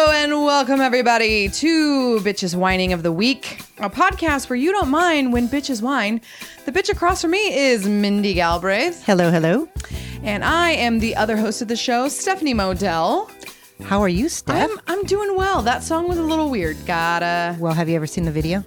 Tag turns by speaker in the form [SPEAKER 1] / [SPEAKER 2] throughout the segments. [SPEAKER 1] Welcome, everybody, to Bitches Whining of the Week, a podcast where you don't mind when bitches whine. The bitch across from me is Mindy Galbraith,
[SPEAKER 2] Hello, hello.
[SPEAKER 1] and I am the other host of the show, Stephanie Modell.
[SPEAKER 2] How are you, Steph?
[SPEAKER 1] I'm, I'm doing well. That song was a little weird. Gotta.
[SPEAKER 2] well, have you ever seen the video?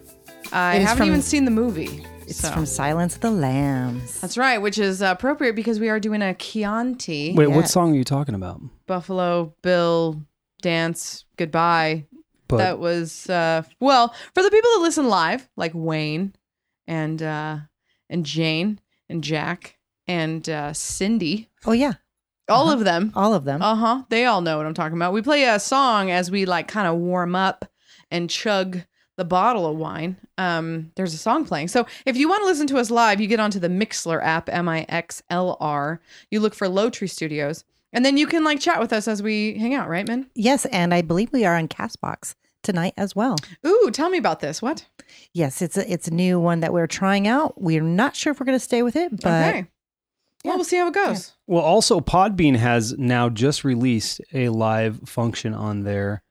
[SPEAKER 1] I
[SPEAKER 2] It is
[SPEAKER 1] haven't
[SPEAKER 2] from-
[SPEAKER 1] even seen the movie.
[SPEAKER 2] It's
[SPEAKER 1] so.
[SPEAKER 2] from Silence of the Lambs.
[SPEAKER 1] That's right, which is appropriate because we are doing a Chianti
[SPEAKER 3] Wait,
[SPEAKER 2] Yeah.
[SPEAKER 3] what song are you talking about?
[SPEAKER 1] Buffalo Bill dance goodbye
[SPEAKER 3] But
[SPEAKER 1] that was uh well for the people that listen live like wayne and uh and jane and jack and uh cindy
[SPEAKER 2] Oh yeah,
[SPEAKER 1] all of them
[SPEAKER 2] all of them.
[SPEAKER 1] uh-huh they all know what i'm talking about we play a song as we like kind of warm up and chug the bottle of wine um there's a song playing so if you want to listen to us live you get onto the mixler app m-i-x-l-r you look for low tree studios and then you can like chat with us as we hang out right man
[SPEAKER 2] Yes, and I believe we are on Castbox tonight as well.
[SPEAKER 1] ooh tell me about this what
[SPEAKER 2] Yes, it's a, it's a new one that we're trying out. We're not sure if we're going to stay with it, but
[SPEAKER 1] okay. Well, we'll see how it goes.
[SPEAKER 3] well, also Podbean has now just released a live function on there.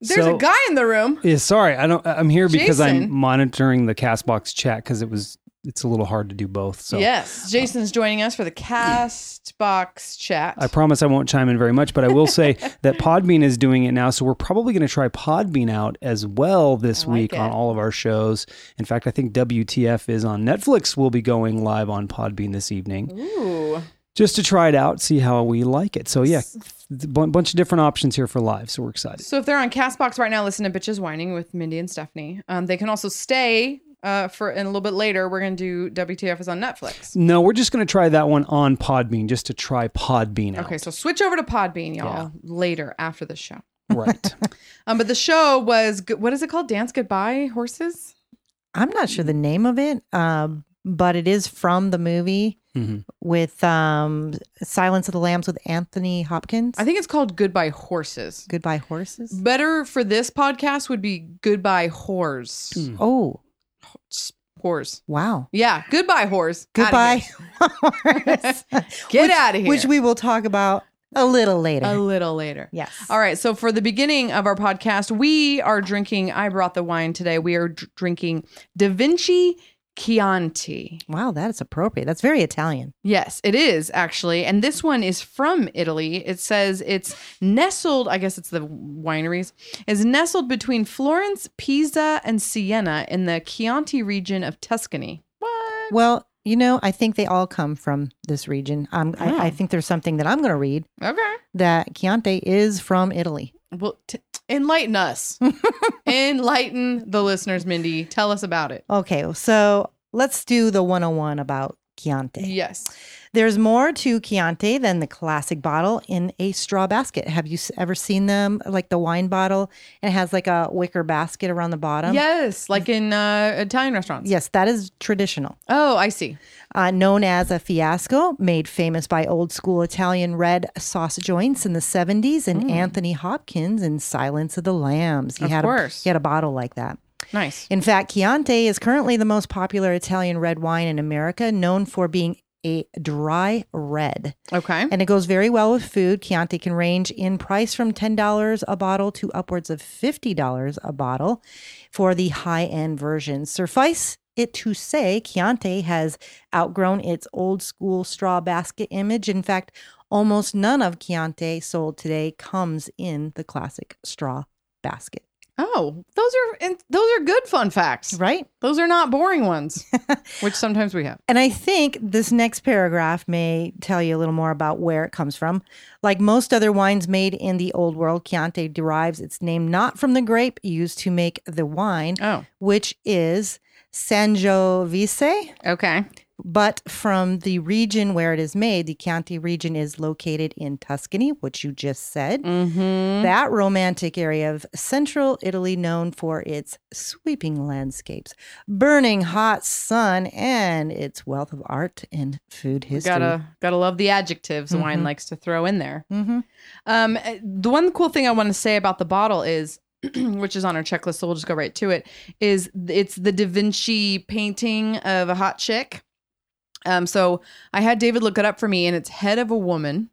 [SPEAKER 1] There's
[SPEAKER 3] So-
[SPEAKER 1] a guy in the room.
[SPEAKER 3] Yeah, sorry, I don't. I'm here because
[SPEAKER 1] Jason.
[SPEAKER 3] I'm monitoring the Castbox chat because it was. It's a little hard to do both. So
[SPEAKER 1] yes, Jason's joining us for the cast box chat.
[SPEAKER 3] I promise I won't chime in very much, but I will say that Podbean is doing it now. So we're probably going to try Podbean out as well this
[SPEAKER 1] I like
[SPEAKER 3] week on
[SPEAKER 1] it.
[SPEAKER 3] all of our shows. In fact, I think WTF is on Netflix. We'll be going live on Podbean this evening.
[SPEAKER 1] Ooh,
[SPEAKER 3] just to try it out, see how we like it. So yeah, a bunch of different options here for live. So we're excited.
[SPEAKER 1] so if they're on Castbox right now, listen to Bitches Whining with Mindy and Stephanie. Um, they can also stay uh, for and a little bit later. We're gonna do WTF is on Netflix.
[SPEAKER 3] No, we're just going to try that one on Podbean, just to try Podbean out.
[SPEAKER 1] Okay, so switch over to Podbean, y'all, later after the show.
[SPEAKER 3] right.
[SPEAKER 1] Um, but the show was g- what is it called? Dance Goodbye Horses.
[SPEAKER 2] I'm not sure the name of it. Um, but it is from the movie
[SPEAKER 1] Mm-hmm.
[SPEAKER 3] Mhm.
[SPEAKER 2] with um, Silence of the Lambs with Anthony Hopkins.
[SPEAKER 1] I think Mm-hmm. it's called Goodbye Horses.
[SPEAKER 2] Goodbye Horses.
[SPEAKER 1] Better for this podcast would be Goodbye Whores.
[SPEAKER 3] Hmm.
[SPEAKER 2] Oh
[SPEAKER 1] Whores.
[SPEAKER 2] wow.
[SPEAKER 1] Yeah. Goodbye, whores.
[SPEAKER 2] Goodbye.
[SPEAKER 1] Horse. Get out of here.
[SPEAKER 2] Which we will talk about a little later.
[SPEAKER 1] a little later.
[SPEAKER 2] yes.
[SPEAKER 1] All right. So for the beginning of our podcast, we are drinking. I brought the wine today. We are dr- drinking Da Vinci Chianti.
[SPEAKER 2] Wow, that is appropriate. That's very Italian.
[SPEAKER 1] Yes, it is actually. And this one is from Italy. It says it's nestled, I guess it's the wineries, is nestled between Florence, Pisa, and Siena in the Chianti region of Tuscany. What?
[SPEAKER 2] Well, you know, I think they all come from this region. Um,
[SPEAKER 1] Oh.
[SPEAKER 2] I, I think there's something that I'm going to read
[SPEAKER 1] Okay.
[SPEAKER 2] that Chianti is from Italy.
[SPEAKER 1] Well, t- enlighten us. enlighten the listeners, Mindy. Tell us about it.
[SPEAKER 2] Okay, so let's do the 101 about Chianti.
[SPEAKER 1] Yes.
[SPEAKER 2] There's more to Chianti than the classic bottle in a straw basket. Have you s- ever seen them? Like the wine bottle, it has like a wicker basket around the bottom.
[SPEAKER 1] yes, like in uh, Italian restaurants.
[SPEAKER 2] Yes, that is traditional.
[SPEAKER 1] Oh, I see.
[SPEAKER 2] uh, known as a fiasco, made famous by old school Italian red sauce joints in the 70s and Anthony Hopkins in Silence of the Lambs. He
[SPEAKER 1] Mm. Of
[SPEAKER 2] had
[SPEAKER 1] course.
[SPEAKER 2] A, he had a bottle like that.
[SPEAKER 1] Nice.
[SPEAKER 2] In fact, Chianti is currently the most popular Italian red wine in America, known for being a dry red.
[SPEAKER 1] Okay.
[SPEAKER 2] And it goes very well with food. Chianti can range in price from $10 a bottle to upwards of $50 a bottle for the high end version. Suffice it to say, Chianti has outgrown its old school straw basket image. In fact, almost none of Chianti sold today comes in the classic straw basket,
[SPEAKER 1] Oh, those are and those are good fun facts.
[SPEAKER 2] right?
[SPEAKER 1] Those are not boring ones, which sometimes we have.
[SPEAKER 2] And I think this next paragraph may tell you a little more about where it comes from. Like most other wines made in the old world, Chianti derives its name not from the grape used to make the wine,
[SPEAKER 1] Oh,
[SPEAKER 2] which is Sangiovese,
[SPEAKER 1] okay.
[SPEAKER 2] but from the region where it is made. The Chianti region is located in Tuscany, which you just said.
[SPEAKER 1] Mm-hmm.
[SPEAKER 2] That romantic area of central Italy, known for its sweeping landscapes, burning hot sun, and its wealth of art and food history.
[SPEAKER 1] Gotta gotta love the adjectives wine
[SPEAKER 2] Mhm.
[SPEAKER 1] likes to throw in there.
[SPEAKER 2] Mhm.
[SPEAKER 1] Um, uh, the one cool thing I want to say about the bottle is, which is on our checklist, so we'll just go right to it. Is it's the Da Vinci painting of a hot chick. Um, so I had David look it up for me, and it's head of a woman.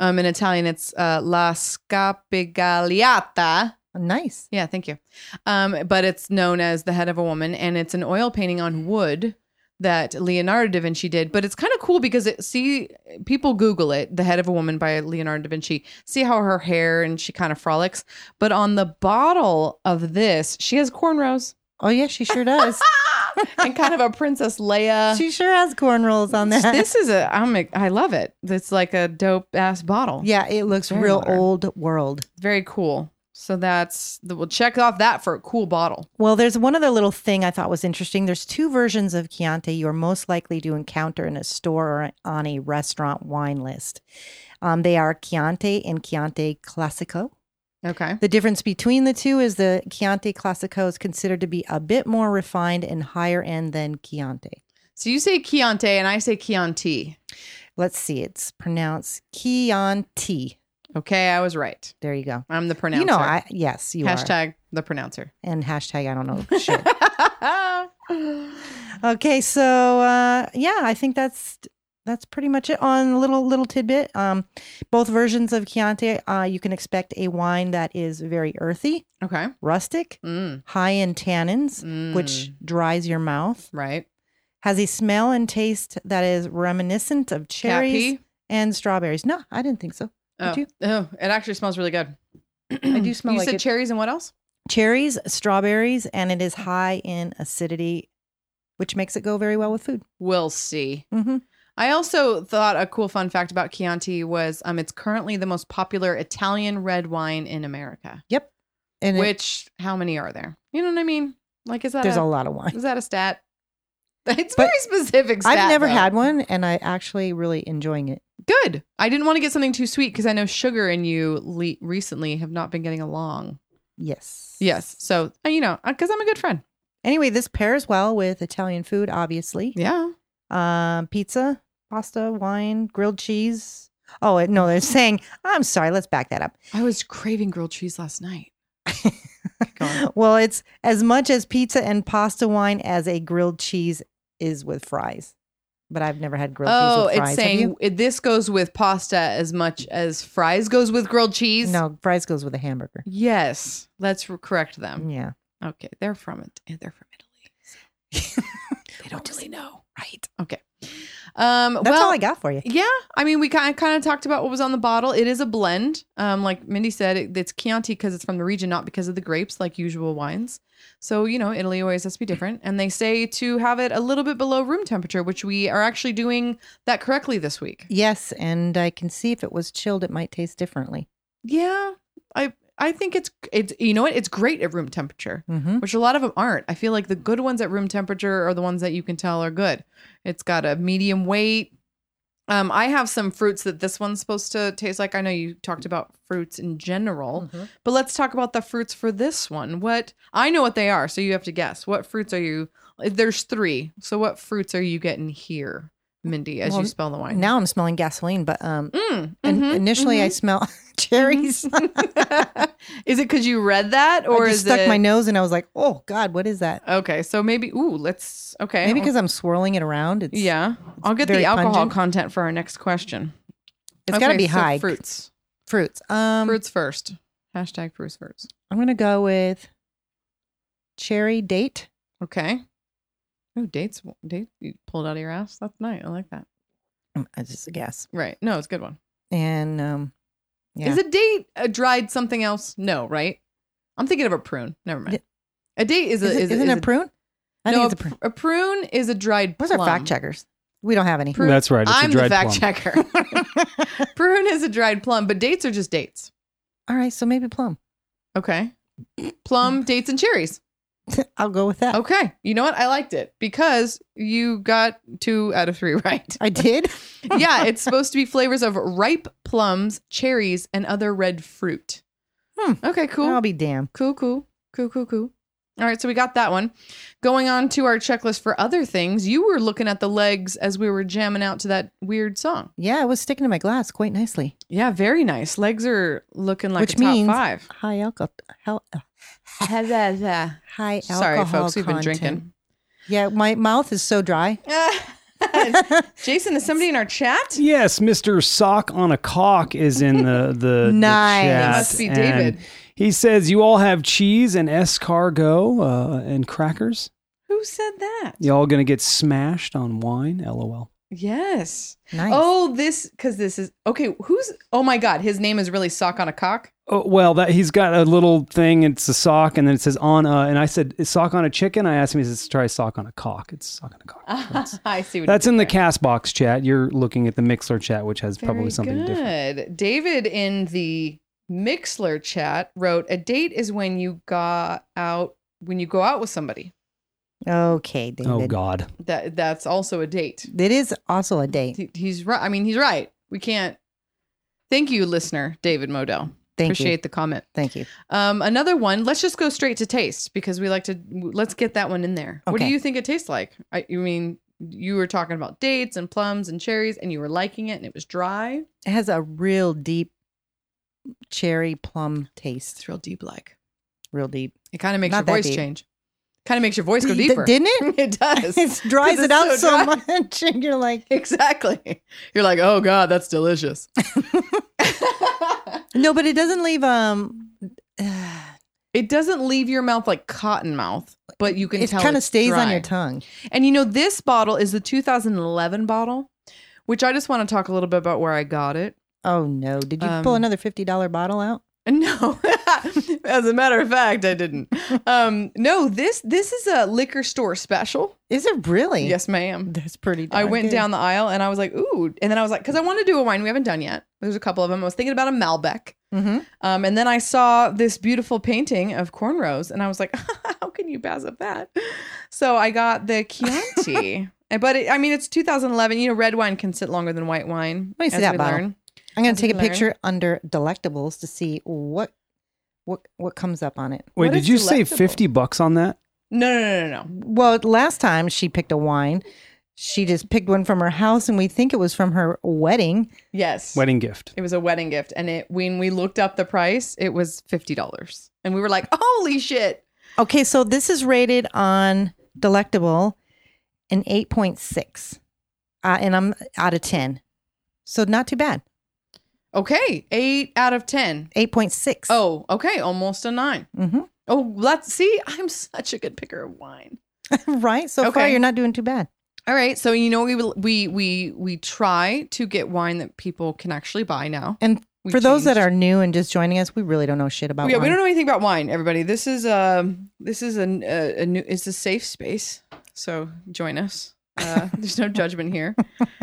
[SPEAKER 1] Um, in Italian, it's uh, La Scapigliata
[SPEAKER 2] Nice.
[SPEAKER 1] Yeah, thank you. Um, but it's known as The Head of a Woman, and it's an oil painting on wood that Leonardo da Vinci did. But it's kind of cool because it see people Google it, The Head of a Woman by Leonardo da Vinci. See how her hair and she kind of frolics. But on the bottle of this, she has cornrows
[SPEAKER 2] Oh yeah, she sure does.
[SPEAKER 1] and kind of a Princess Leia.
[SPEAKER 2] she sure has cornrows on that.
[SPEAKER 1] this is a I'm I love it. It's like a dope ass bottle.
[SPEAKER 2] yeah, it looks
[SPEAKER 1] Very
[SPEAKER 2] real
[SPEAKER 1] modern.
[SPEAKER 2] old world.
[SPEAKER 1] very cool. So that's the, we'll check off that for a cool bottle.
[SPEAKER 2] Well, there's one other little thing I thought was interesting. There's two versions of Chianti you're most likely to encounter in a store or on a restaurant wine list. Um, they are Chianti and Chianti Classico.
[SPEAKER 1] Okay.
[SPEAKER 2] The difference between the two is the Chianti Classico is considered to be a bit more refined and higher end than Chianti.
[SPEAKER 1] So you say Chianti and I say Chianti.
[SPEAKER 2] Let's see, it's pronounced Chianti.
[SPEAKER 1] Okay, I was right.
[SPEAKER 2] There you go.
[SPEAKER 1] I'm the pronouncer.
[SPEAKER 2] You know, I yes, you are.
[SPEAKER 1] hashtag the pronouncer.
[SPEAKER 2] And hashtag I don't know shit. Okay, so uh, yeah, I think that's that's pretty much it on a little little tidbit. Um, both versions of Chianti, uh, you can expect a wine that is very earthy,
[SPEAKER 1] okay.
[SPEAKER 2] rustic,
[SPEAKER 1] Mm,
[SPEAKER 2] high in tannins,
[SPEAKER 1] mm,
[SPEAKER 2] which dries your mouth,
[SPEAKER 1] right.
[SPEAKER 2] has a smell and taste that is reminiscent of
[SPEAKER 1] Cat
[SPEAKER 2] cherries
[SPEAKER 1] pee.
[SPEAKER 2] and strawberries. No, I didn't think so.
[SPEAKER 1] Oh.
[SPEAKER 2] you?
[SPEAKER 1] oh, it actually smells really good.
[SPEAKER 2] I do smell
[SPEAKER 1] You
[SPEAKER 2] like
[SPEAKER 1] said
[SPEAKER 2] it.
[SPEAKER 1] cherries and what else?
[SPEAKER 2] Cherries, strawberries, and it is high in acidity, which makes it go very well with food.
[SPEAKER 1] We'll see.
[SPEAKER 2] hmm
[SPEAKER 1] I also thought a cool fun fact about Chianti was um, it's currently the most popular Italian red wine in America.
[SPEAKER 2] And it-
[SPEAKER 1] Which how many are there? You know what I mean? Like is that
[SPEAKER 2] there's
[SPEAKER 1] a,
[SPEAKER 2] a lot of wine.
[SPEAKER 1] is that a stat? It's
[SPEAKER 2] But
[SPEAKER 1] very specific. Stat,
[SPEAKER 2] I've never
[SPEAKER 1] though.
[SPEAKER 2] had one, and I actually really enjoying it.
[SPEAKER 1] Good. I didn't want to get something too sweet because I know sugar and you le- recently have not been getting along.
[SPEAKER 2] Yes.
[SPEAKER 1] Yes. So uh, you know, because I'm a good friend.
[SPEAKER 2] Anyway, this pairs well with Italian food, obviously.
[SPEAKER 1] Yeah.
[SPEAKER 2] Um, pizza, pasta, wine, grilled cheese. Oh wait, no, they're saying. I'm sorry. Let's back that up.
[SPEAKER 1] I was craving grilled cheese last night. going.
[SPEAKER 2] well, it's as much as pizza and pasta wine as a grilled cheese is with fries. But I've never had grilled
[SPEAKER 1] oh,
[SPEAKER 2] cheese with fries.
[SPEAKER 1] it's
[SPEAKER 2] Have
[SPEAKER 1] saying
[SPEAKER 2] you?
[SPEAKER 1] it, this goes with pasta as much as fries goes with grilled cheese.
[SPEAKER 2] no fries goes with a hamburger.
[SPEAKER 1] Yes, let's re- correct them.
[SPEAKER 2] Yeah.
[SPEAKER 1] Okay, they're from it. and They're from Italy. They don't really know, right? Okay. Um.
[SPEAKER 2] That's
[SPEAKER 1] well,
[SPEAKER 2] all I got for you.
[SPEAKER 1] Yeah, I mean, we kind of, kind of talked about what was on the bottle. It is a blend. Um, like Mindy said, it, it's Chianti because it's from the region, not because of the grapes, like usual wines. So you know, Italy always has to be different. And they say to have it a little bit below room temperature, which we are actually doing that correctly this week.
[SPEAKER 2] Yes, and I can see if it was chilled, it might taste differently.
[SPEAKER 1] Yeah, I I think it's it's you know what, it's great at room temperature,
[SPEAKER 2] Mm-hmm.
[SPEAKER 1] which a lot of them aren't. I feel like the good ones at room temperature are the ones that you can tell are good. It's got a medium weight. Um, I have some fruits that this one's supposed to taste like. I know you talked about fruits in
[SPEAKER 2] Hmm.
[SPEAKER 1] general, but let's talk about the fruits for this one. What I know what they are, so you have to guess. What fruits are you? There's three. So what fruits are you getting here, Mindy? As
[SPEAKER 2] Well,
[SPEAKER 1] you spell the wine
[SPEAKER 2] Now I'm smelling gasoline, but um,
[SPEAKER 1] Mm,
[SPEAKER 2] in-
[SPEAKER 1] mhm,
[SPEAKER 2] initially I
[SPEAKER 1] mhm.
[SPEAKER 2] smell cherries.
[SPEAKER 1] is it because you read that, Mm-hmm. or
[SPEAKER 2] I
[SPEAKER 1] is
[SPEAKER 2] just stuck
[SPEAKER 1] it
[SPEAKER 2] my nose and I was like, oh God, what is that?
[SPEAKER 1] Okay, so maybe ooh, let's okay.
[SPEAKER 2] Maybe because I'm swirling it around. It's,
[SPEAKER 1] yeah, I'll get
[SPEAKER 2] very
[SPEAKER 1] the alcohol
[SPEAKER 2] pungent.
[SPEAKER 1] content for our next question.
[SPEAKER 2] it's got to
[SPEAKER 1] Okay,
[SPEAKER 2] be
[SPEAKER 1] so
[SPEAKER 2] high.
[SPEAKER 1] fruits.
[SPEAKER 2] Fruits. Um,
[SPEAKER 1] fruits first. Hashtag fruits first.
[SPEAKER 2] I'm gonna go with cherry date.
[SPEAKER 1] Okay. Ooh, dates. Date you pulled out of your ass. That's nice. I like that.
[SPEAKER 2] Mm, That's just a guess.
[SPEAKER 1] Right. No, it's a good one.
[SPEAKER 2] And um, yeah,
[SPEAKER 1] Is a date a dried something else? No, right? I'm thinking of a prune. Never mind. A date is a
[SPEAKER 2] is
[SPEAKER 1] is,
[SPEAKER 2] it,
[SPEAKER 1] is
[SPEAKER 2] isn't it a prune? I
[SPEAKER 1] no,
[SPEAKER 2] think it's a prune.
[SPEAKER 1] pr- prune is a dried.
[SPEAKER 2] Those are
[SPEAKER 1] plum.
[SPEAKER 2] fact checkers. We don't have any.
[SPEAKER 1] Prune-
[SPEAKER 3] That's right. It's
[SPEAKER 1] I'm
[SPEAKER 3] a
[SPEAKER 1] the
[SPEAKER 3] dried
[SPEAKER 1] fact
[SPEAKER 3] plum.
[SPEAKER 1] checker. prune is a dried plum, but dates are just dates.
[SPEAKER 2] All right, so maybe plum.
[SPEAKER 1] Okay. Plum, dates, and cherries.
[SPEAKER 2] I'll go with that.
[SPEAKER 1] Okay. You know what? I liked it because you got two out of three right.
[SPEAKER 2] I did.
[SPEAKER 1] yeah, it's supposed to be flavors of ripe plums, cherries, and other red fruit.
[SPEAKER 2] Hmm.
[SPEAKER 1] Okay, cool.
[SPEAKER 2] I'll be damned.
[SPEAKER 1] Cool, cool, cool, cool, cool. All right, so we got that one. Going on to our checklist for other things, you were looking at the legs as we were jamming out to that weird song.
[SPEAKER 2] Yeah, it was sticking to my glass quite nicely.
[SPEAKER 1] Yeah, very nice. Legs are looking like
[SPEAKER 2] Which
[SPEAKER 1] a top
[SPEAKER 2] means-
[SPEAKER 1] five.
[SPEAKER 2] High alcohol. High alcohol.
[SPEAKER 1] Sorry, folks, we've been
[SPEAKER 2] content.
[SPEAKER 1] drinking.
[SPEAKER 2] Yeah, my mouth is so dry.
[SPEAKER 1] Jason, is somebody in our chat?
[SPEAKER 3] Yes, Mr. Sock on a Cock is in the the, the
[SPEAKER 2] Nice.
[SPEAKER 3] chat.
[SPEAKER 1] Must be David.
[SPEAKER 3] and He says, You all have cheese and escargot uh, and crackers.
[SPEAKER 1] Who said that?
[SPEAKER 3] Y'all gonna get smashed on wine? LOL.
[SPEAKER 1] Yes.
[SPEAKER 2] Nice.
[SPEAKER 1] Oh, this because this is okay. Who's? Oh my God, his name is really sock on a cock.
[SPEAKER 3] Oh, well, that he's got a little thing. It's a sock, and then it says on. Uh, and I said, "Is sock on a chicken?" I asked him. He says, "Try sock on a cock." It's sock on a cock. That's,
[SPEAKER 1] I see. What
[SPEAKER 3] that's
[SPEAKER 1] you
[SPEAKER 3] in
[SPEAKER 1] did
[SPEAKER 3] the
[SPEAKER 1] there.
[SPEAKER 3] cast box chat. You're looking at the Mixler chat, which has
[SPEAKER 1] Very
[SPEAKER 3] probably something
[SPEAKER 1] good.
[SPEAKER 3] different.
[SPEAKER 1] David in the Mixler chat wrote, "A date is when you got out when you go out with somebody.
[SPEAKER 2] Okay, David.
[SPEAKER 3] Oh God.
[SPEAKER 1] That that's also a date.
[SPEAKER 2] It is also a date.
[SPEAKER 1] He- he's right. I mean, he's right. We can't. Thank you, listener David Modell.
[SPEAKER 2] Thank
[SPEAKER 1] Appreciate
[SPEAKER 2] you.
[SPEAKER 1] the comment.
[SPEAKER 2] Thank you.
[SPEAKER 1] Um, another one. Let's just go straight to taste because we like to. Let's get that one in there. What do
[SPEAKER 2] Okay.
[SPEAKER 1] you think it tastes like? I, you mean, you were talking about dates and plums and cherries, and you were liking it, and it was dry.
[SPEAKER 2] It has a real deep cherry plum taste.
[SPEAKER 1] It's real deep, like
[SPEAKER 2] Real deep.
[SPEAKER 1] it kind of makes
[SPEAKER 2] Not
[SPEAKER 1] your
[SPEAKER 2] that
[SPEAKER 1] voice
[SPEAKER 2] deep.
[SPEAKER 1] change. Kind of makes your voice go
[SPEAKER 2] D-
[SPEAKER 1] deeper.
[SPEAKER 2] Didn't it?
[SPEAKER 1] it does
[SPEAKER 2] It dries
[SPEAKER 1] 'Cause
[SPEAKER 2] it
[SPEAKER 1] it's
[SPEAKER 2] out
[SPEAKER 1] so
[SPEAKER 2] so,
[SPEAKER 1] dry.
[SPEAKER 2] much, and you're like,
[SPEAKER 1] exactly. You're like, oh god, that's delicious.
[SPEAKER 2] no, but it doesn't leave. Um,
[SPEAKER 1] it doesn't leave your mouth like cotton mouth, but you can
[SPEAKER 2] it
[SPEAKER 1] tell
[SPEAKER 2] kind of
[SPEAKER 1] it's
[SPEAKER 2] stays on your
[SPEAKER 1] dry.
[SPEAKER 2] tongue.
[SPEAKER 1] And you know, this bottle is the 2011 bottle, which I just want to talk a little bit about where I got it.
[SPEAKER 2] Oh no! Did you pull
[SPEAKER 1] Um,
[SPEAKER 2] another fifty dollar bottle out?
[SPEAKER 1] No, as a matter of fact, I didn't. Um, no, this this is a liquor store special.
[SPEAKER 2] Is it really?
[SPEAKER 1] Yes, ma'am.
[SPEAKER 2] that's pretty.
[SPEAKER 1] I
[SPEAKER 2] darn
[SPEAKER 1] went
[SPEAKER 2] good.
[SPEAKER 1] down the aisle and I was like, ooh, and then I was like, because I want to do a wine we haven't done yet. There's a couple of them. I was thinking about a Malbec,
[SPEAKER 2] Mhm.
[SPEAKER 1] um, and then I saw this beautiful painting of cornrows, and I was like, how can you pass up that? So I got the Chianti. And- But it, I mean, it's 2011. You know, red wine can sit longer than white wine.
[SPEAKER 2] Let me see
[SPEAKER 1] as
[SPEAKER 2] that
[SPEAKER 1] we
[SPEAKER 2] bottle.
[SPEAKER 1] learn.
[SPEAKER 2] I'm going
[SPEAKER 1] as
[SPEAKER 2] to
[SPEAKER 1] we
[SPEAKER 2] take a
[SPEAKER 1] learn.
[SPEAKER 2] picture under delectables to see what what what comes up on it.
[SPEAKER 3] Wait,
[SPEAKER 1] What
[SPEAKER 3] did
[SPEAKER 1] is
[SPEAKER 3] you say
[SPEAKER 1] delectable?
[SPEAKER 3] fifty bucks on that?
[SPEAKER 1] No, no, no, no, no.
[SPEAKER 2] Well, last time she picked a wine. She just picked one from her house, and we think it was from her wedding.
[SPEAKER 1] Yes.
[SPEAKER 3] Wedding gift.
[SPEAKER 1] It was a wedding gift, and it when we looked up the price, it was fifty dollars, and we were like, "Holy shit!"
[SPEAKER 2] Okay, so this is rated on Delectable an 8.6. Uh, and I'm out of 10. So not too bad.
[SPEAKER 1] Okay, eight out of ten.
[SPEAKER 2] 8.6.
[SPEAKER 1] Oh, okay, almost a nine.
[SPEAKER 2] hmm
[SPEAKER 1] Oh, let's see. I'm such a good picker of wine.
[SPEAKER 2] right? So far,
[SPEAKER 1] Okay.
[SPEAKER 2] you're not doing too bad.
[SPEAKER 1] All right, so you know we will- we we we try to get wine that people can actually buy now.
[SPEAKER 2] And
[SPEAKER 1] We
[SPEAKER 2] for those that
[SPEAKER 1] changed.
[SPEAKER 2] are new and just joining us, we really don't know shit about
[SPEAKER 1] yeah, we
[SPEAKER 2] wine.
[SPEAKER 1] don't know anything about wine, everybody. This is um this is an- uh, a, a, new it's a safe space, so join us. Uh, there's no judgment here,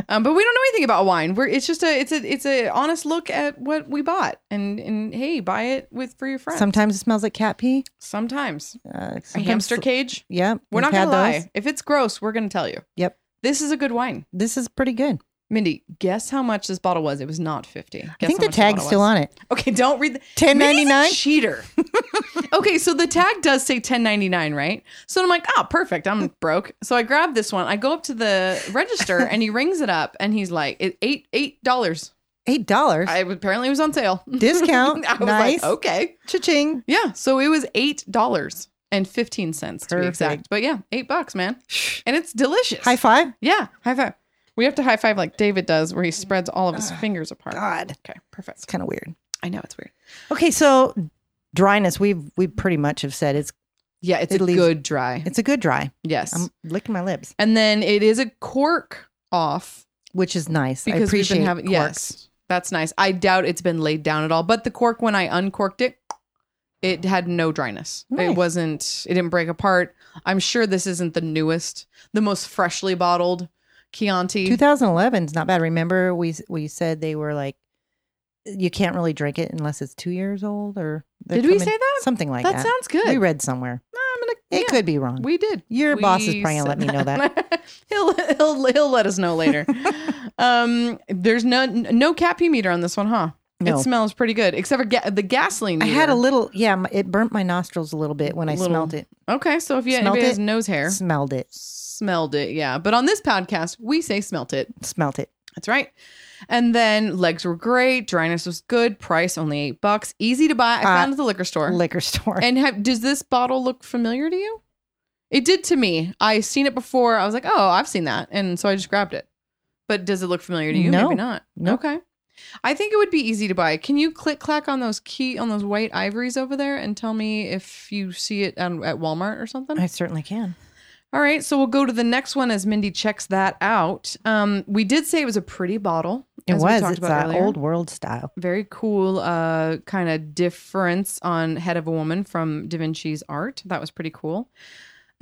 [SPEAKER 1] um, but we don't know anything about wine. We're it's just a it's a it's a honest look at what we bought, and and hey, buy it with for your friends.
[SPEAKER 2] Sometimes it smells like cat pee.
[SPEAKER 1] Sometimes
[SPEAKER 2] Uh,
[SPEAKER 1] a
[SPEAKER 2] sometimes-
[SPEAKER 1] hamster cage.
[SPEAKER 2] Yeah.
[SPEAKER 1] We're not
[SPEAKER 2] we've had
[SPEAKER 1] gonna lie.
[SPEAKER 2] those.
[SPEAKER 1] If it's gross, we're gonna tell you.
[SPEAKER 2] Yep.
[SPEAKER 1] This is a good wine,
[SPEAKER 2] This is pretty good.
[SPEAKER 1] Mindy. Guess how much this bottle was? It was not fifty.
[SPEAKER 2] I think the tag's still on it.
[SPEAKER 1] Okay, don't read. The-
[SPEAKER 2] Ten
[SPEAKER 1] Minnie's
[SPEAKER 2] ninety
[SPEAKER 1] a
[SPEAKER 2] nine.
[SPEAKER 1] cheater. okay, so the tag does say 10.99, right? So I'm like, oh, perfect. I'm broke. So I grab this one. I go up to the register and he rings it up and he's like, it eight eight dollars.
[SPEAKER 2] Eight dollars
[SPEAKER 1] I apparently it was on sale.
[SPEAKER 2] discount.
[SPEAKER 1] I was like,
[SPEAKER 2] nice.
[SPEAKER 1] "Oh." okay,
[SPEAKER 2] Cha-ching.
[SPEAKER 1] yeah. So it was eight dollars and fifteen cents to be
[SPEAKER 2] Perfect.
[SPEAKER 1] exact. But yeah, eight bucks, man, and it's delicious.
[SPEAKER 2] High five.
[SPEAKER 1] yeah, high five. We have to high five like David does, where he spreads all of his fingers apart.
[SPEAKER 2] God.
[SPEAKER 1] Okay,
[SPEAKER 2] It's
[SPEAKER 1] perfect.
[SPEAKER 2] kind of weird.
[SPEAKER 1] I know it's weird.
[SPEAKER 2] Okay, so dryness. We've we pretty much have said it's
[SPEAKER 1] Yeah, it's
[SPEAKER 2] It
[SPEAKER 1] a
[SPEAKER 2] leaves-
[SPEAKER 1] good dry.
[SPEAKER 2] it's a good dry.
[SPEAKER 1] Yes.
[SPEAKER 2] I'm licking my lips,
[SPEAKER 1] Um, And then it is a cork off
[SPEAKER 2] which is nice. I
[SPEAKER 1] because we've
[SPEAKER 2] appreciate
[SPEAKER 1] been having
[SPEAKER 2] corks.
[SPEAKER 1] yes, that's nice. I doubt it's been laid down at all. But the cork when I uncorked it, it had no dryness. It
[SPEAKER 2] Nice.
[SPEAKER 1] wasn't. It didn't break apart. I'm sure this isn't the newest, the most freshly bottled Chianti.
[SPEAKER 2] 2011 is not bad. Remember we we said they were like you can't really drink it unless it's two years old or they're
[SPEAKER 1] Did we
[SPEAKER 2] coming-
[SPEAKER 1] say that?
[SPEAKER 2] something like
[SPEAKER 1] that,
[SPEAKER 2] that?
[SPEAKER 1] sounds good.
[SPEAKER 2] We read somewhere.
[SPEAKER 1] I'm gonna-
[SPEAKER 2] It
[SPEAKER 1] yeah,
[SPEAKER 2] could be wrong.
[SPEAKER 1] We did.
[SPEAKER 2] Your boss is
[SPEAKER 1] We
[SPEAKER 2] probably gonna let me
[SPEAKER 1] said
[SPEAKER 2] know that.
[SPEAKER 1] he'll he'll he'll let us know later. um, there's no no cap meter on this one, huh?
[SPEAKER 2] No.
[SPEAKER 1] It smells pretty good, except for ga- the gasoline.
[SPEAKER 2] I had
[SPEAKER 1] meter.
[SPEAKER 2] a little, yeah, my- it burnt my nostrils a little bit when I
[SPEAKER 1] Little-
[SPEAKER 2] smelled it.
[SPEAKER 1] Okay, so if you
[SPEAKER 2] Smelt
[SPEAKER 1] anybody has
[SPEAKER 2] it?
[SPEAKER 1] nose hair,
[SPEAKER 2] Smelled it.
[SPEAKER 1] smelled it, yeah. But on this podcast, we say smelt it.
[SPEAKER 2] Smelt it.
[SPEAKER 1] That's right. And then legs were great, dryness was good, price only eight bucks, easy to
[SPEAKER 2] Uh,
[SPEAKER 1] buy. I found it at the liquor store.
[SPEAKER 2] Liquor store.
[SPEAKER 1] and have, does this bottle look familiar to you? It did to me. I seen it before. I was like, oh, I've seen that, and so I just grabbed it. But does it look familiar to you?
[SPEAKER 2] No.
[SPEAKER 1] Maybe not.
[SPEAKER 2] Nope.
[SPEAKER 1] Okay. I think it would be easy to buy. Can you click clack on those key on those white ivories over there and tell me if you see it on, at Walmart or something?
[SPEAKER 2] I certainly can.
[SPEAKER 1] All right, so we'll go to the next one as Mindy checks that out. Um, we did say it was a pretty bottle.
[SPEAKER 2] It
[SPEAKER 1] as we
[SPEAKER 2] was.
[SPEAKER 1] talked
[SPEAKER 2] It's
[SPEAKER 1] about
[SPEAKER 2] uh,
[SPEAKER 1] earlier.
[SPEAKER 2] old world style.
[SPEAKER 1] very cool uh kind of difference on head of a woman from da vinci's art that was pretty cool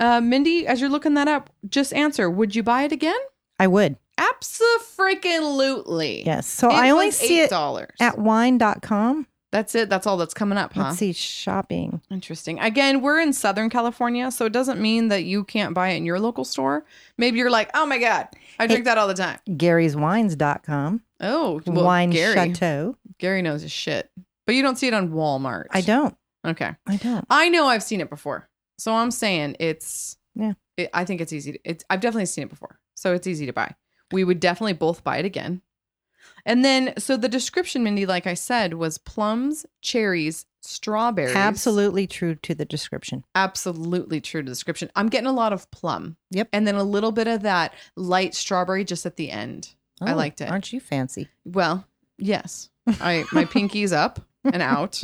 [SPEAKER 1] uh mindy as you're looking that up just answer would you buy it again
[SPEAKER 2] I would.
[SPEAKER 1] absolutely
[SPEAKER 2] Yes. So
[SPEAKER 1] It
[SPEAKER 2] I only
[SPEAKER 1] was
[SPEAKER 2] see
[SPEAKER 1] eight
[SPEAKER 2] it
[SPEAKER 1] dollars
[SPEAKER 2] at wine.com.
[SPEAKER 1] that's it that's all that's coming up huh
[SPEAKER 2] Let's see shopping.
[SPEAKER 1] interesting again we're in southern california so it doesn't mean that you can't buy it in your local store maybe you're like oh my god i drink
[SPEAKER 2] It-
[SPEAKER 1] that all the time
[SPEAKER 2] Gary's wines.com.
[SPEAKER 1] oh well,
[SPEAKER 2] Wine
[SPEAKER 1] gary
[SPEAKER 2] Chateau.
[SPEAKER 1] gary knows his shit but you don't see it on walmart
[SPEAKER 2] I don't.
[SPEAKER 1] okay
[SPEAKER 2] I don't.
[SPEAKER 1] I know I've seen it before. So I'm saying it's
[SPEAKER 2] Yeah.
[SPEAKER 1] It, I think it's easy. To, it's I've definitely seen it before, so it's easy to buy. We would definitely both buy it again. And then, so the description, Mindy, like I said, was plums, cherries, strawberries.
[SPEAKER 2] Absolutely true to the description.
[SPEAKER 1] absolutely true to the description. I'm getting a lot of plum.
[SPEAKER 2] Yep.
[SPEAKER 1] And then a little bit of that light strawberry just at the end. I
[SPEAKER 2] Oh,
[SPEAKER 1] liked it.
[SPEAKER 2] Aren't you fancy?
[SPEAKER 1] Well, yes. I my pinky's up and out.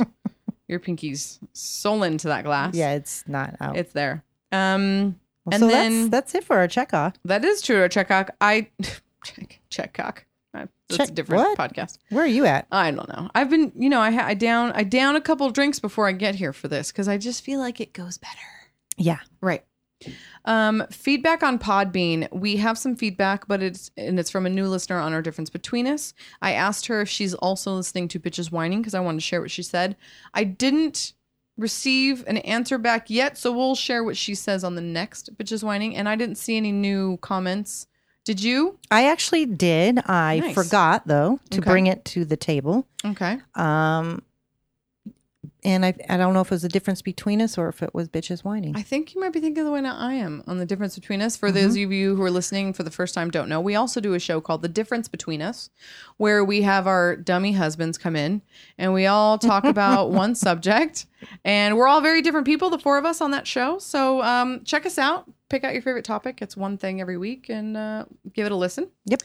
[SPEAKER 1] Your pinky's solen to that glass.
[SPEAKER 2] Yeah, it's not out.
[SPEAKER 1] It's there. Um,
[SPEAKER 2] Well,
[SPEAKER 1] and
[SPEAKER 2] so
[SPEAKER 1] then-
[SPEAKER 2] that's, that's it for our checkoff.
[SPEAKER 1] that is true. Check cock. I check check cock. Uh, That's a
[SPEAKER 2] Check
[SPEAKER 1] different
[SPEAKER 2] what?
[SPEAKER 1] podcast.
[SPEAKER 2] Where are you at?
[SPEAKER 1] I don't know. I've been, you know, I ha- I down I down a couple drinks before I get here for this because I just feel like it goes better.
[SPEAKER 2] Yeah.
[SPEAKER 1] Right. Um, feedback on Podbean. We have some feedback, but it's and it's from a new listener on our difference between us. I asked her if she's also listening to Bitches Whining because I wanted to share what she said. I didn't receive an answer back yet, so we'll share what she says on the next Bitches Whining. And I didn't see any new comments. Did you?
[SPEAKER 2] I actually did. I
[SPEAKER 1] Nice.
[SPEAKER 2] forgot though to
[SPEAKER 1] Okay.
[SPEAKER 2] bring it to the table.
[SPEAKER 1] Okay.
[SPEAKER 2] Um, and I I don't know if it was the difference between us or if it was bitches whining.
[SPEAKER 1] I think you might be thinking the way now I am on the difference between us. For those of you who are listening for the first time, don't know, we also do a show called The Difference Between Us, where we have our dummy husbands come in and we all talk about one subject. And we're all very different people, the four of us on that show. So um, check us out. Pick out your favorite topic. It's one thing every week and uh, give it a listen.
[SPEAKER 2] Yep.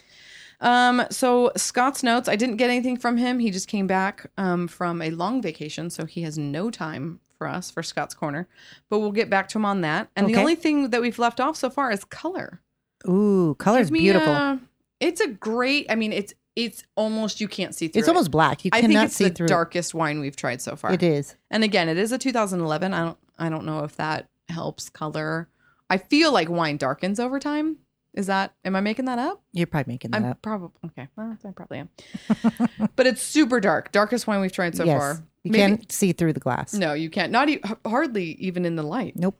[SPEAKER 1] Um, so Scott's notes, I didn't get anything from him. He just came back um, from a long vacation, so he has no time for us for Scott's corner. But we'll get back to him on that. And the
[SPEAKER 2] Okay.
[SPEAKER 1] only thing that we've left off so far is color.
[SPEAKER 2] Ooh, color's
[SPEAKER 1] Give me
[SPEAKER 2] beautiful.
[SPEAKER 1] a- it's a great. I mean, it's it's almost you can't see through.
[SPEAKER 2] it's
[SPEAKER 1] it.
[SPEAKER 2] almost black. You
[SPEAKER 1] I think
[SPEAKER 2] cannot
[SPEAKER 1] it's
[SPEAKER 2] see
[SPEAKER 1] the
[SPEAKER 2] through. it.
[SPEAKER 1] darkest wine we've tried so far.
[SPEAKER 2] It is.
[SPEAKER 1] And again, it is a 2011. I don't I don't know if that helps color. I feel like wine darkens over time. Is that am I making that up?
[SPEAKER 2] You're probably making that
[SPEAKER 1] I'm
[SPEAKER 2] up.
[SPEAKER 1] probably okay. Well, I probably am. but it's super dark, darkest wine we've tried so
[SPEAKER 2] yes.
[SPEAKER 1] far.
[SPEAKER 2] You
[SPEAKER 1] Maybe-
[SPEAKER 2] can't see through the glass.
[SPEAKER 1] No, you can't. Not e- hardly even in the light.
[SPEAKER 2] Nope.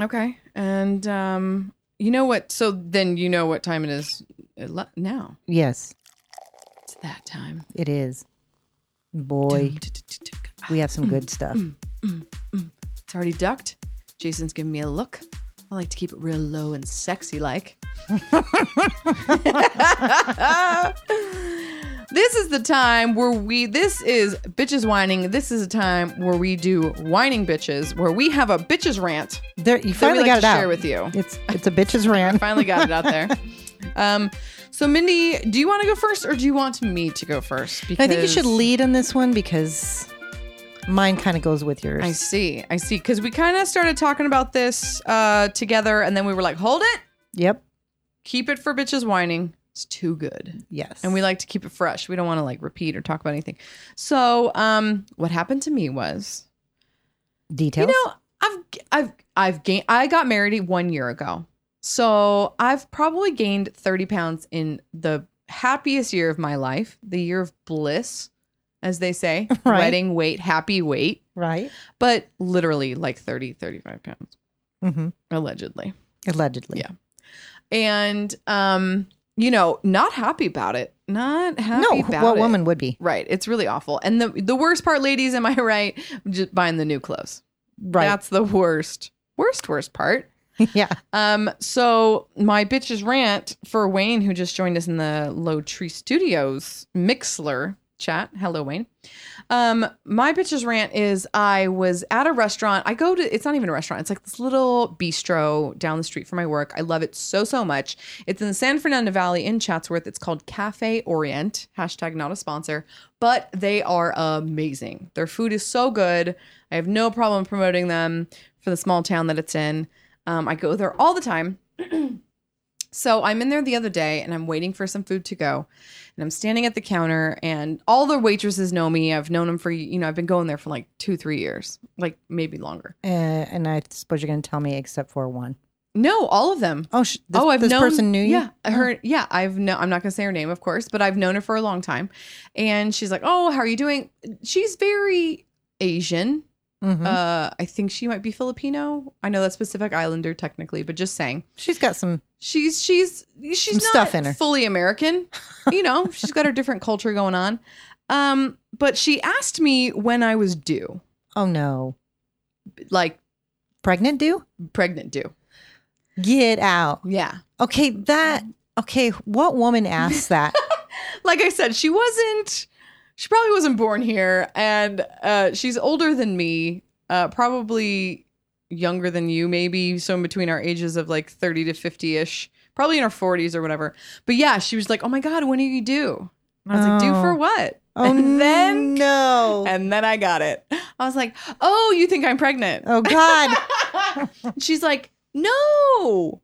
[SPEAKER 1] Okay, and um, you know what? So then you know what time it is ele- now.
[SPEAKER 2] Yes,
[SPEAKER 1] It's that time.
[SPEAKER 2] it is. Boy, we have some good stuff.
[SPEAKER 1] It's already ducked. Jason's giving me a look. I like to keep it real low and sexy like. this is the time where we, this is Bitches Whining. This is a time where we do whining bitches, where we have a bitches rant
[SPEAKER 2] There, you
[SPEAKER 1] that we
[SPEAKER 2] finally
[SPEAKER 1] like
[SPEAKER 2] got
[SPEAKER 1] to
[SPEAKER 2] it out.
[SPEAKER 1] share with you.
[SPEAKER 2] It's it's a bitch's rant.
[SPEAKER 1] Finally got it out there. Um, so, Mindy, do you want to go first or do you want me to go first? Because
[SPEAKER 2] I think you should lead on this one because mine kind of goes with yours.
[SPEAKER 1] I see. I see. Because we kind of started talking about this uh, together and then we were like, hold it.
[SPEAKER 2] Yep.
[SPEAKER 1] keep it for bitches whining. It's too good.
[SPEAKER 2] Yes.
[SPEAKER 1] And we like to keep it fresh. We don't want to like repeat or talk about anything. So, um, what happened to me was, you
[SPEAKER 2] details.
[SPEAKER 1] know, I've I've I've gained. I got married one year ago, so I've probably gained thirty pounds in the happiest year of my life, the year of bliss, as they say,
[SPEAKER 2] Right.
[SPEAKER 1] wedding weight, happy weight,
[SPEAKER 2] right.
[SPEAKER 1] but literally like 30, 35 pounds
[SPEAKER 2] Mm-hmm.
[SPEAKER 1] allegedly.
[SPEAKER 2] Allegedly.
[SPEAKER 1] Yeah. and um you know not happy about it not happy
[SPEAKER 2] No,
[SPEAKER 1] about
[SPEAKER 2] what
[SPEAKER 1] it.
[SPEAKER 2] woman would be?
[SPEAKER 1] right it's really awful and the the worst part ladies am i right just buying the new clothes
[SPEAKER 2] Right.
[SPEAKER 1] that's the worst worst worst part
[SPEAKER 2] yeah.
[SPEAKER 1] um so my bitches rant for wayne who just joined us in the low tree studios mixler chat. Hello, Wayne. Um, my bitches rant is I was at a restaurant. I go to it's not even a restaurant. It's like this little bistro down the street from my work. I love it so so much. It's in the San Fernando Valley in Chatsworth. It's called Cafe Orient. Hashtag not a sponsor, but they are amazing. Their food is so good. I have no problem promoting them for the small town that it's in. Um, I go there all the time. So I'm in there the other day and I'm waiting for some food to go. And I'm standing at the counter and all the waitresses know me. I've known them for, you know, I've been going there for like two, three years, like maybe longer.
[SPEAKER 2] Uh, and I suppose you're going to tell me, except for one.
[SPEAKER 1] No, all of them.
[SPEAKER 2] Oh, sh- this, this person knew you. Oh.
[SPEAKER 1] Yeah, her. Yeah, I've no. I'm not gonna say her name, of course, but I've known her for a long time, and she's like, "Oh, how are you doing?" She's very Asian.
[SPEAKER 2] Mhm.
[SPEAKER 1] Uh, I think she might be Filipino. I know that's Pacific Islander technically, but just saying.
[SPEAKER 2] She's got some.
[SPEAKER 1] she's she's she's
[SPEAKER 2] Some
[SPEAKER 1] not
[SPEAKER 2] stuff in her.
[SPEAKER 1] fully American. You know, she's got her different culture going on. Um, but she asked me when I was due,
[SPEAKER 2] Oh no,
[SPEAKER 1] like
[SPEAKER 2] pregnant? Do
[SPEAKER 1] pregnant due.
[SPEAKER 2] get out.
[SPEAKER 1] Yeah.
[SPEAKER 2] Okay, that. Okay, what woman asks that?
[SPEAKER 1] Like I said, she wasn't she probably wasn't born here and uh she's older than me, uh probably younger than you maybe, so in between our ages of like 30 to 50ish, probably in her 40s or whatever. But yeah, she was like, "Oh my god, when are you due?" And I was like, "Due
[SPEAKER 2] Oh.
[SPEAKER 1] for what?"
[SPEAKER 2] Oh
[SPEAKER 1] and then
[SPEAKER 2] no.
[SPEAKER 1] And then I got it. I was like, "Oh, you think I'm pregnant?"
[SPEAKER 2] oh God. Oh.
[SPEAKER 1] She's like, "No,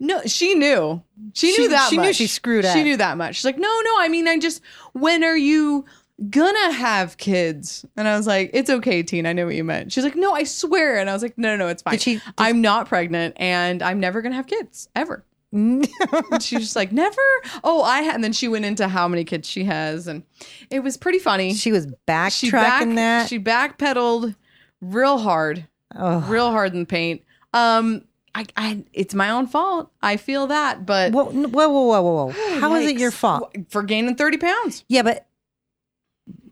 [SPEAKER 1] no." She knew. She knew
[SPEAKER 2] She-
[SPEAKER 1] that.
[SPEAKER 2] she knew
[SPEAKER 1] much.
[SPEAKER 2] she screwed up.
[SPEAKER 1] She knew that much. She's like, "No, no. I mean, I just. When are you gonna have kids?" And I was like, "It's okay, teen. I know what you meant." She's like, "No, I swear." And I was like, "No, no, no. It's fine.
[SPEAKER 2] Did she? did-
[SPEAKER 1] I'm not pregnant, and I'm never gonna have kids ever." And she was just like, "Never." Oh, I. Ha-. And then she went into how many kids she has, and it was pretty funny
[SPEAKER 2] she was backtracking that.
[SPEAKER 1] she backpedaled real hard
[SPEAKER 2] oh.
[SPEAKER 1] real hard in the paint um I, I it's my own fault i feel that but
[SPEAKER 2] Whoa, n- whoa, whoa, whoa, whoa, whoa. How is it
[SPEAKER 1] Yikes.
[SPEAKER 2] your fault?
[SPEAKER 1] for gaining 30 pounds
[SPEAKER 2] Yeah, but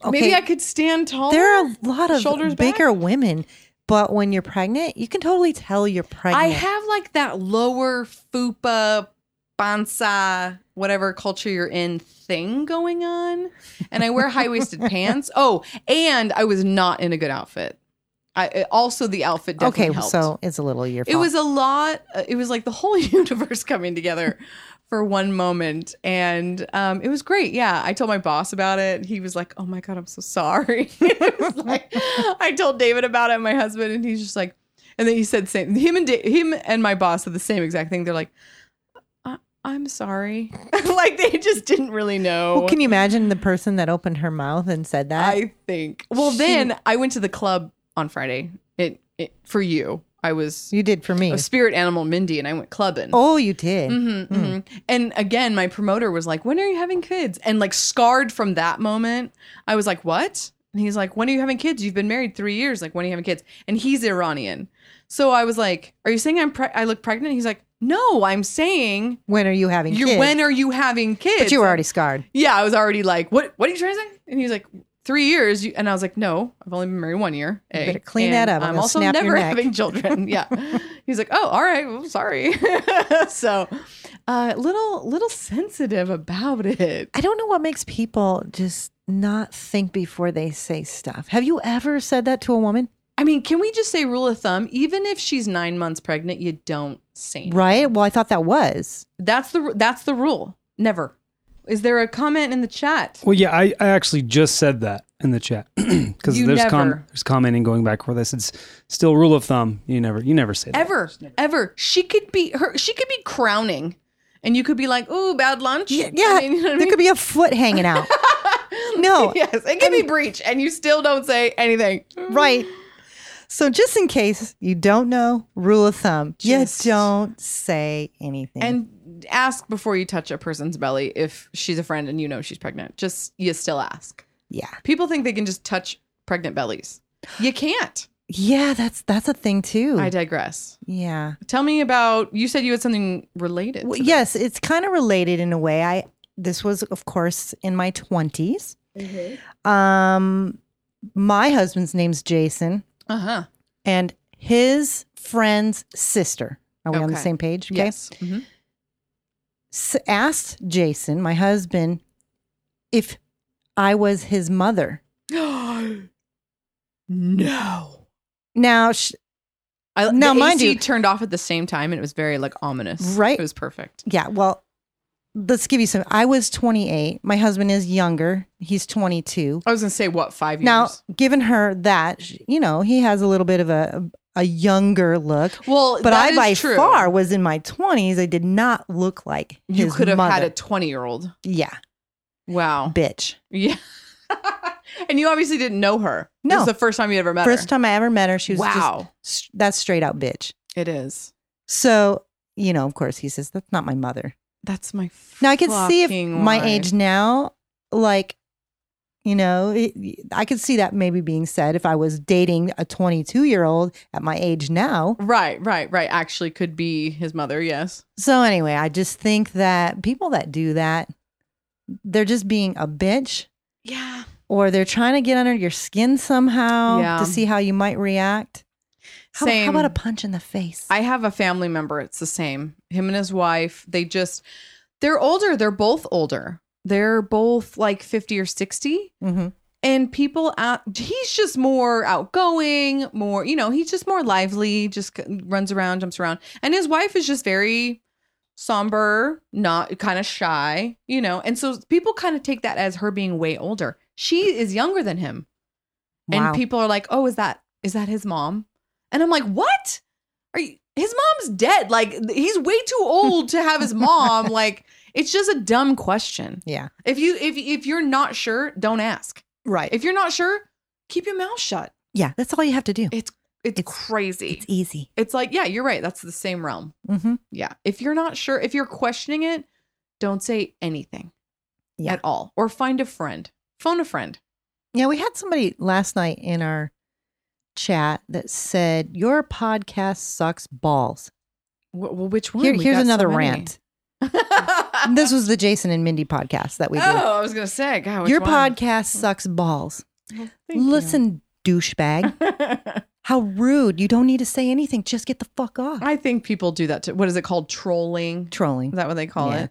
[SPEAKER 2] okay,
[SPEAKER 1] maybe i could stand taller
[SPEAKER 2] there are a lot of
[SPEAKER 1] shoulders back?
[SPEAKER 2] bigger women, but when you're pregnant, you can totally tell you're pregnant.
[SPEAKER 1] i have like that lower fupa bonsai whatever culture you're in thing going on and i wear high-waisted pants oh and i was not in a good outfit i also the outfit definitely
[SPEAKER 2] okay,
[SPEAKER 1] helped.
[SPEAKER 2] so it's a little your fault.
[SPEAKER 1] It was a lot. uh, It was like the whole universe coming together for one moment, and um, it was great. Yeah, I told my boss about it. He was like, "Oh my god, I'm so sorry." It was like, I told David about it, my husband, and he's just like, and then he said, "Same." Him and da- him and my boss said the same exact thing. They're like. "I- I'm sorry. like they just didn't really know.
[SPEAKER 2] well, can you imagine the person that opened her mouth and said that?
[SPEAKER 1] I think. Well, then I went to the club on Friday. It, it for you. I was
[SPEAKER 2] you did for me.
[SPEAKER 1] a spirit animal, Mindy, and I went clubbing.
[SPEAKER 2] Oh, you did.
[SPEAKER 1] Mm-hmm, And again, my promoter was like, "When are you having kids?" And like scarred from that moment, I was like, "What?" And he's like, "When are you having kids? You've been married three years. Like, when are you having kids?" And he's Iranian, so I was like, "Are you saying I'm pre- I look pregnant?" He's like, "No, I'm saying
[SPEAKER 2] When are you having
[SPEAKER 1] you.
[SPEAKER 2] kids?
[SPEAKER 1] are When are you having kids?"
[SPEAKER 2] but you were already scarred.
[SPEAKER 1] yeah, I was already like, "What? What are you trying to say?" And he was like, three years." You, and I was like, "No, I've only been married one year. A.
[SPEAKER 2] better clean that
[SPEAKER 1] And
[SPEAKER 2] up. I'm
[SPEAKER 1] I'm
[SPEAKER 2] gonna
[SPEAKER 1] also
[SPEAKER 2] snap your
[SPEAKER 1] never
[SPEAKER 2] neck."
[SPEAKER 1] having children." Yeah, he's like, "Oh, all right. Well, sorry." so, uh, little little sensitive about it.
[SPEAKER 2] I don't know what makes people just not think before they say stuff. Have you ever said that to a woman?
[SPEAKER 1] I mean, can we just say rule of thumb? Even if she's nine months pregnant, you don't say. anything.
[SPEAKER 2] Right? Well, I thought that was.
[SPEAKER 1] That's the that's the rule. Never. Is there a comment in the chat?
[SPEAKER 3] Well, yeah, I, I actually just said that in the chat because
[SPEAKER 1] You
[SPEAKER 3] there's
[SPEAKER 1] never.
[SPEAKER 3] there's commenting going back for this. It's still rule of thumb. You never you never say that.
[SPEAKER 1] ever ever she could be her she could be crowning and you could be like ooh bad lunch
[SPEAKER 2] Yeah, yeah.
[SPEAKER 1] I mean, you know what I
[SPEAKER 2] there could be a foot hanging out. no,
[SPEAKER 1] mean? yes it could be breach and you still don't say anything
[SPEAKER 2] right. So just in case you don't know, rule of thumb,
[SPEAKER 1] Just-
[SPEAKER 2] you don't say anything.
[SPEAKER 1] and ask before you touch a person's belly if she's a friend and you know she's pregnant just you still ask
[SPEAKER 2] yeah,
[SPEAKER 1] people think they can just touch pregnant bellies you can't
[SPEAKER 2] yeah, that's that's a thing too.
[SPEAKER 1] i digress
[SPEAKER 2] yeah.
[SPEAKER 1] tell me about you said you had something related
[SPEAKER 2] Well,
[SPEAKER 1] to this.
[SPEAKER 2] yes, it's kind of related in a way. I this was of course in my 20s. Mm-hmm. Um my husband's name's Jason
[SPEAKER 1] uh-huh
[SPEAKER 2] and his friend's sister. Are we on the
[SPEAKER 1] Okay.
[SPEAKER 2] same page? Okay.
[SPEAKER 1] yes Mhm.
[SPEAKER 2] s- asked Jason, my husband, if I was his mother.
[SPEAKER 1] no.
[SPEAKER 2] Now, sh-
[SPEAKER 1] I,
[SPEAKER 2] Now,
[SPEAKER 1] the
[SPEAKER 2] mind
[SPEAKER 1] AC
[SPEAKER 2] you-
[SPEAKER 1] turned off at the same time, and it was very like ominous.
[SPEAKER 2] Right.
[SPEAKER 1] It was perfect.
[SPEAKER 2] yeah, well, let's give you some. I was 28. My husband is younger. He's 22.
[SPEAKER 1] I was gonna say what five years?
[SPEAKER 2] Now, given her that, sh- you know, he has a little bit of a a younger look.
[SPEAKER 1] well,
[SPEAKER 2] But
[SPEAKER 1] that
[SPEAKER 2] I
[SPEAKER 1] is
[SPEAKER 2] by
[SPEAKER 1] true.
[SPEAKER 2] far was in my 20s. I did not look like his
[SPEAKER 1] you could have
[SPEAKER 2] mother.
[SPEAKER 1] had a twenty-year-old.
[SPEAKER 2] yeah,
[SPEAKER 1] Wow.
[SPEAKER 2] bitch.
[SPEAKER 1] Yeah. and you obviously didn't know her.
[SPEAKER 2] No.
[SPEAKER 1] This is the first time you ever met
[SPEAKER 2] First
[SPEAKER 1] her.
[SPEAKER 2] time I ever met her, she was just
[SPEAKER 1] wow.
[SPEAKER 2] s- that's straight out bitch.
[SPEAKER 1] it is.
[SPEAKER 2] So, you know, of course, he says, that's not my mother.
[SPEAKER 1] That's my.
[SPEAKER 2] Now, I could see if
[SPEAKER 1] fucking
[SPEAKER 2] my
[SPEAKER 1] wife.
[SPEAKER 2] age now, like, you know, it, I could see that maybe being said if I was dating a 22 year old at my age now.
[SPEAKER 1] Right, right, right. Actually, could be his mother. Yes.
[SPEAKER 2] So, anyway, I just think that people that do that, they're just being a bitch
[SPEAKER 1] Yeah.
[SPEAKER 2] or they're trying to get under your skin somehow
[SPEAKER 1] Yeah.
[SPEAKER 2] to see how you might react. How,
[SPEAKER 1] Same.
[SPEAKER 2] how about a punch in the face?
[SPEAKER 1] I have a family member. It's the same. Him and his wife. They just. They're older. They're both older. They're both like fifty or sixty.
[SPEAKER 2] Mhm.
[SPEAKER 1] and people out he's just more outgoing more you know he's just more lively just c- runs around jumps around and his wife is just very somber not kind of shy you know and so people kind of take that as her being way older she is younger than him
[SPEAKER 2] Wow.
[SPEAKER 1] and people are like oh is that is that his mom and i'm like what are you his mom's dead like he's way too old to have his mom like it's just a dumb question
[SPEAKER 2] Yeah.
[SPEAKER 1] if you if if you're not sure don't ask
[SPEAKER 2] Right.
[SPEAKER 1] if you're not sure, keep your mouth shut.
[SPEAKER 2] yeah. That's all you have to do.
[SPEAKER 1] It's,
[SPEAKER 2] It's-
[SPEAKER 1] crazy.
[SPEAKER 2] It's
[SPEAKER 1] It's, e
[SPEAKER 2] easy.
[SPEAKER 1] like, yeah, you're right. That's the same realm.
[SPEAKER 2] Mm-hmm.
[SPEAKER 1] Yeah. If you're not sure, if you're questioning it, don't say anything
[SPEAKER 2] Yeah.
[SPEAKER 1] at all or find a friend, phone a friend.
[SPEAKER 2] Yeah, we had somebody last night in our chat that said your podcast sucks balls.
[SPEAKER 1] Wh- Well, which one?
[SPEAKER 2] Here,
[SPEAKER 1] We
[SPEAKER 2] here's
[SPEAKER 1] got so
[SPEAKER 2] another
[SPEAKER 1] many.
[SPEAKER 2] rant. This was the Jason and Mindy podcast that we
[SPEAKER 1] oh,
[SPEAKER 2] did.
[SPEAKER 1] I was going to say, God, which
[SPEAKER 2] your
[SPEAKER 1] one?
[SPEAKER 2] podcast sucks balls.
[SPEAKER 1] Well, thank you.
[SPEAKER 2] Listen, douchebag. How rude. You don't need to say anything. Just get the fuck off.
[SPEAKER 1] I think people do that. To, what is it called? Trolling.
[SPEAKER 2] Trolling.
[SPEAKER 1] Is that what they call
[SPEAKER 2] Yeah.
[SPEAKER 1] it?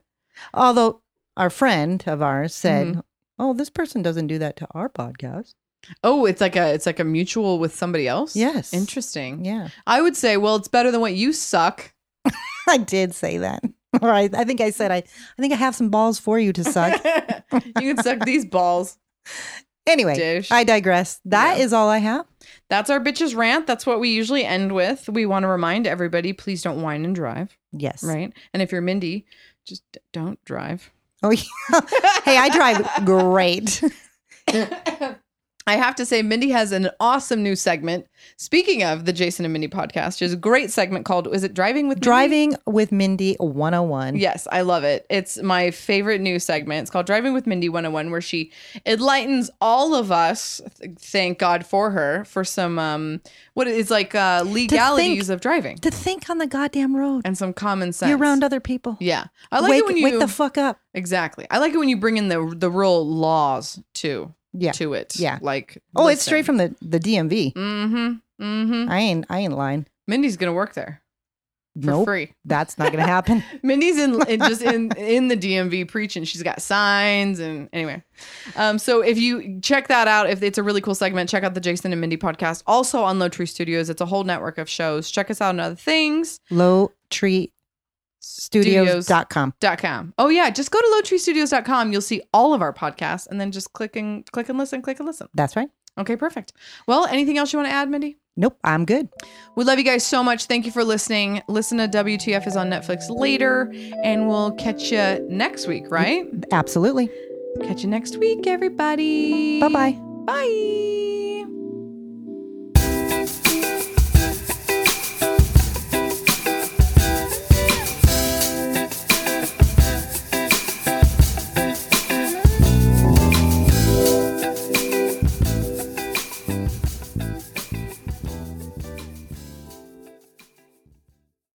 [SPEAKER 2] Although our friend of ours said, Oh, this person doesn't do that to our podcast.
[SPEAKER 1] Oh, it's like a it's like a mutual with somebody else.
[SPEAKER 2] Yes.
[SPEAKER 1] Interesting.
[SPEAKER 2] Yeah.
[SPEAKER 1] I would say, well, it's better than what you suck.
[SPEAKER 2] I did say that. All right. I think I said I I think I have some balls for you to suck.
[SPEAKER 1] you can suck these balls,
[SPEAKER 2] anyway.
[SPEAKER 1] douche.
[SPEAKER 2] I digress. That is
[SPEAKER 1] Yeah.
[SPEAKER 2] all I have.
[SPEAKER 1] That's our bitches rant. That's what we usually end with. We want to remind everybody: please don't whine and drive,
[SPEAKER 2] Yes.
[SPEAKER 1] right? And if you're Mindy, just d- don't drive.
[SPEAKER 2] Oh, yeah. hey, I drive great.
[SPEAKER 1] I have to say, Mindy has an awesome new segment. Speaking of the Jason and Mindy podcast, there's a great segment called "Is It Driving with Mindy?"
[SPEAKER 2] Driving with Mindy 101.
[SPEAKER 1] Yes, I love it. It's my favorite new segment. It's called Driving with Mindy 101, where she enlightens all of us, th- thank God for her, for some, um, what is like uh, legalities of driving
[SPEAKER 2] To think on the goddamn road.
[SPEAKER 1] and some common sense.
[SPEAKER 2] You're around other people.
[SPEAKER 1] Yeah. I like
[SPEAKER 2] wake,
[SPEAKER 1] it when you,
[SPEAKER 2] wake the fuck up.
[SPEAKER 1] exactly. I like it when you bring in the the real laws too,
[SPEAKER 2] Yeah.
[SPEAKER 1] to it.
[SPEAKER 2] Yeah.
[SPEAKER 1] Like,
[SPEAKER 2] Oh, it's straight from the, the DMV.
[SPEAKER 1] Mm hmm. Mm hmm.
[SPEAKER 2] I ain't I ain't lying.
[SPEAKER 1] Mindy's going to work there for
[SPEAKER 2] Nope.
[SPEAKER 1] free.
[SPEAKER 2] That's not gonna happen.
[SPEAKER 1] Mindy's in, in just in in the DMV preaching. She's got signs and anyway. Um, so if you check that out, if it's a really cool segment, check out the Jason and Mindy podcast. Also on Low Tree Studios, it's a whole network of shows. Check us out on other things.
[SPEAKER 2] Lowtreestudios.com.
[SPEAKER 1] Dot com. Oh yeah, just go to lowtreestudios.com. You'll see all of our podcasts and then just click and click and listen, click and listen.
[SPEAKER 2] That's right.
[SPEAKER 1] Okay, perfect. Well, anything else you want to add, Mindy?
[SPEAKER 2] Nope, I'm good.
[SPEAKER 1] We love you guys so much. Thank you for listening. Listen to WTF is on Netflix later, and we'll catch you next week, right?
[SPEAKER 2] Absolutely.
[SPEAKER 1] Catch you next week, everybody.
[SPEAKER 2] Bye bye.
[SPEAKER 1] Bye.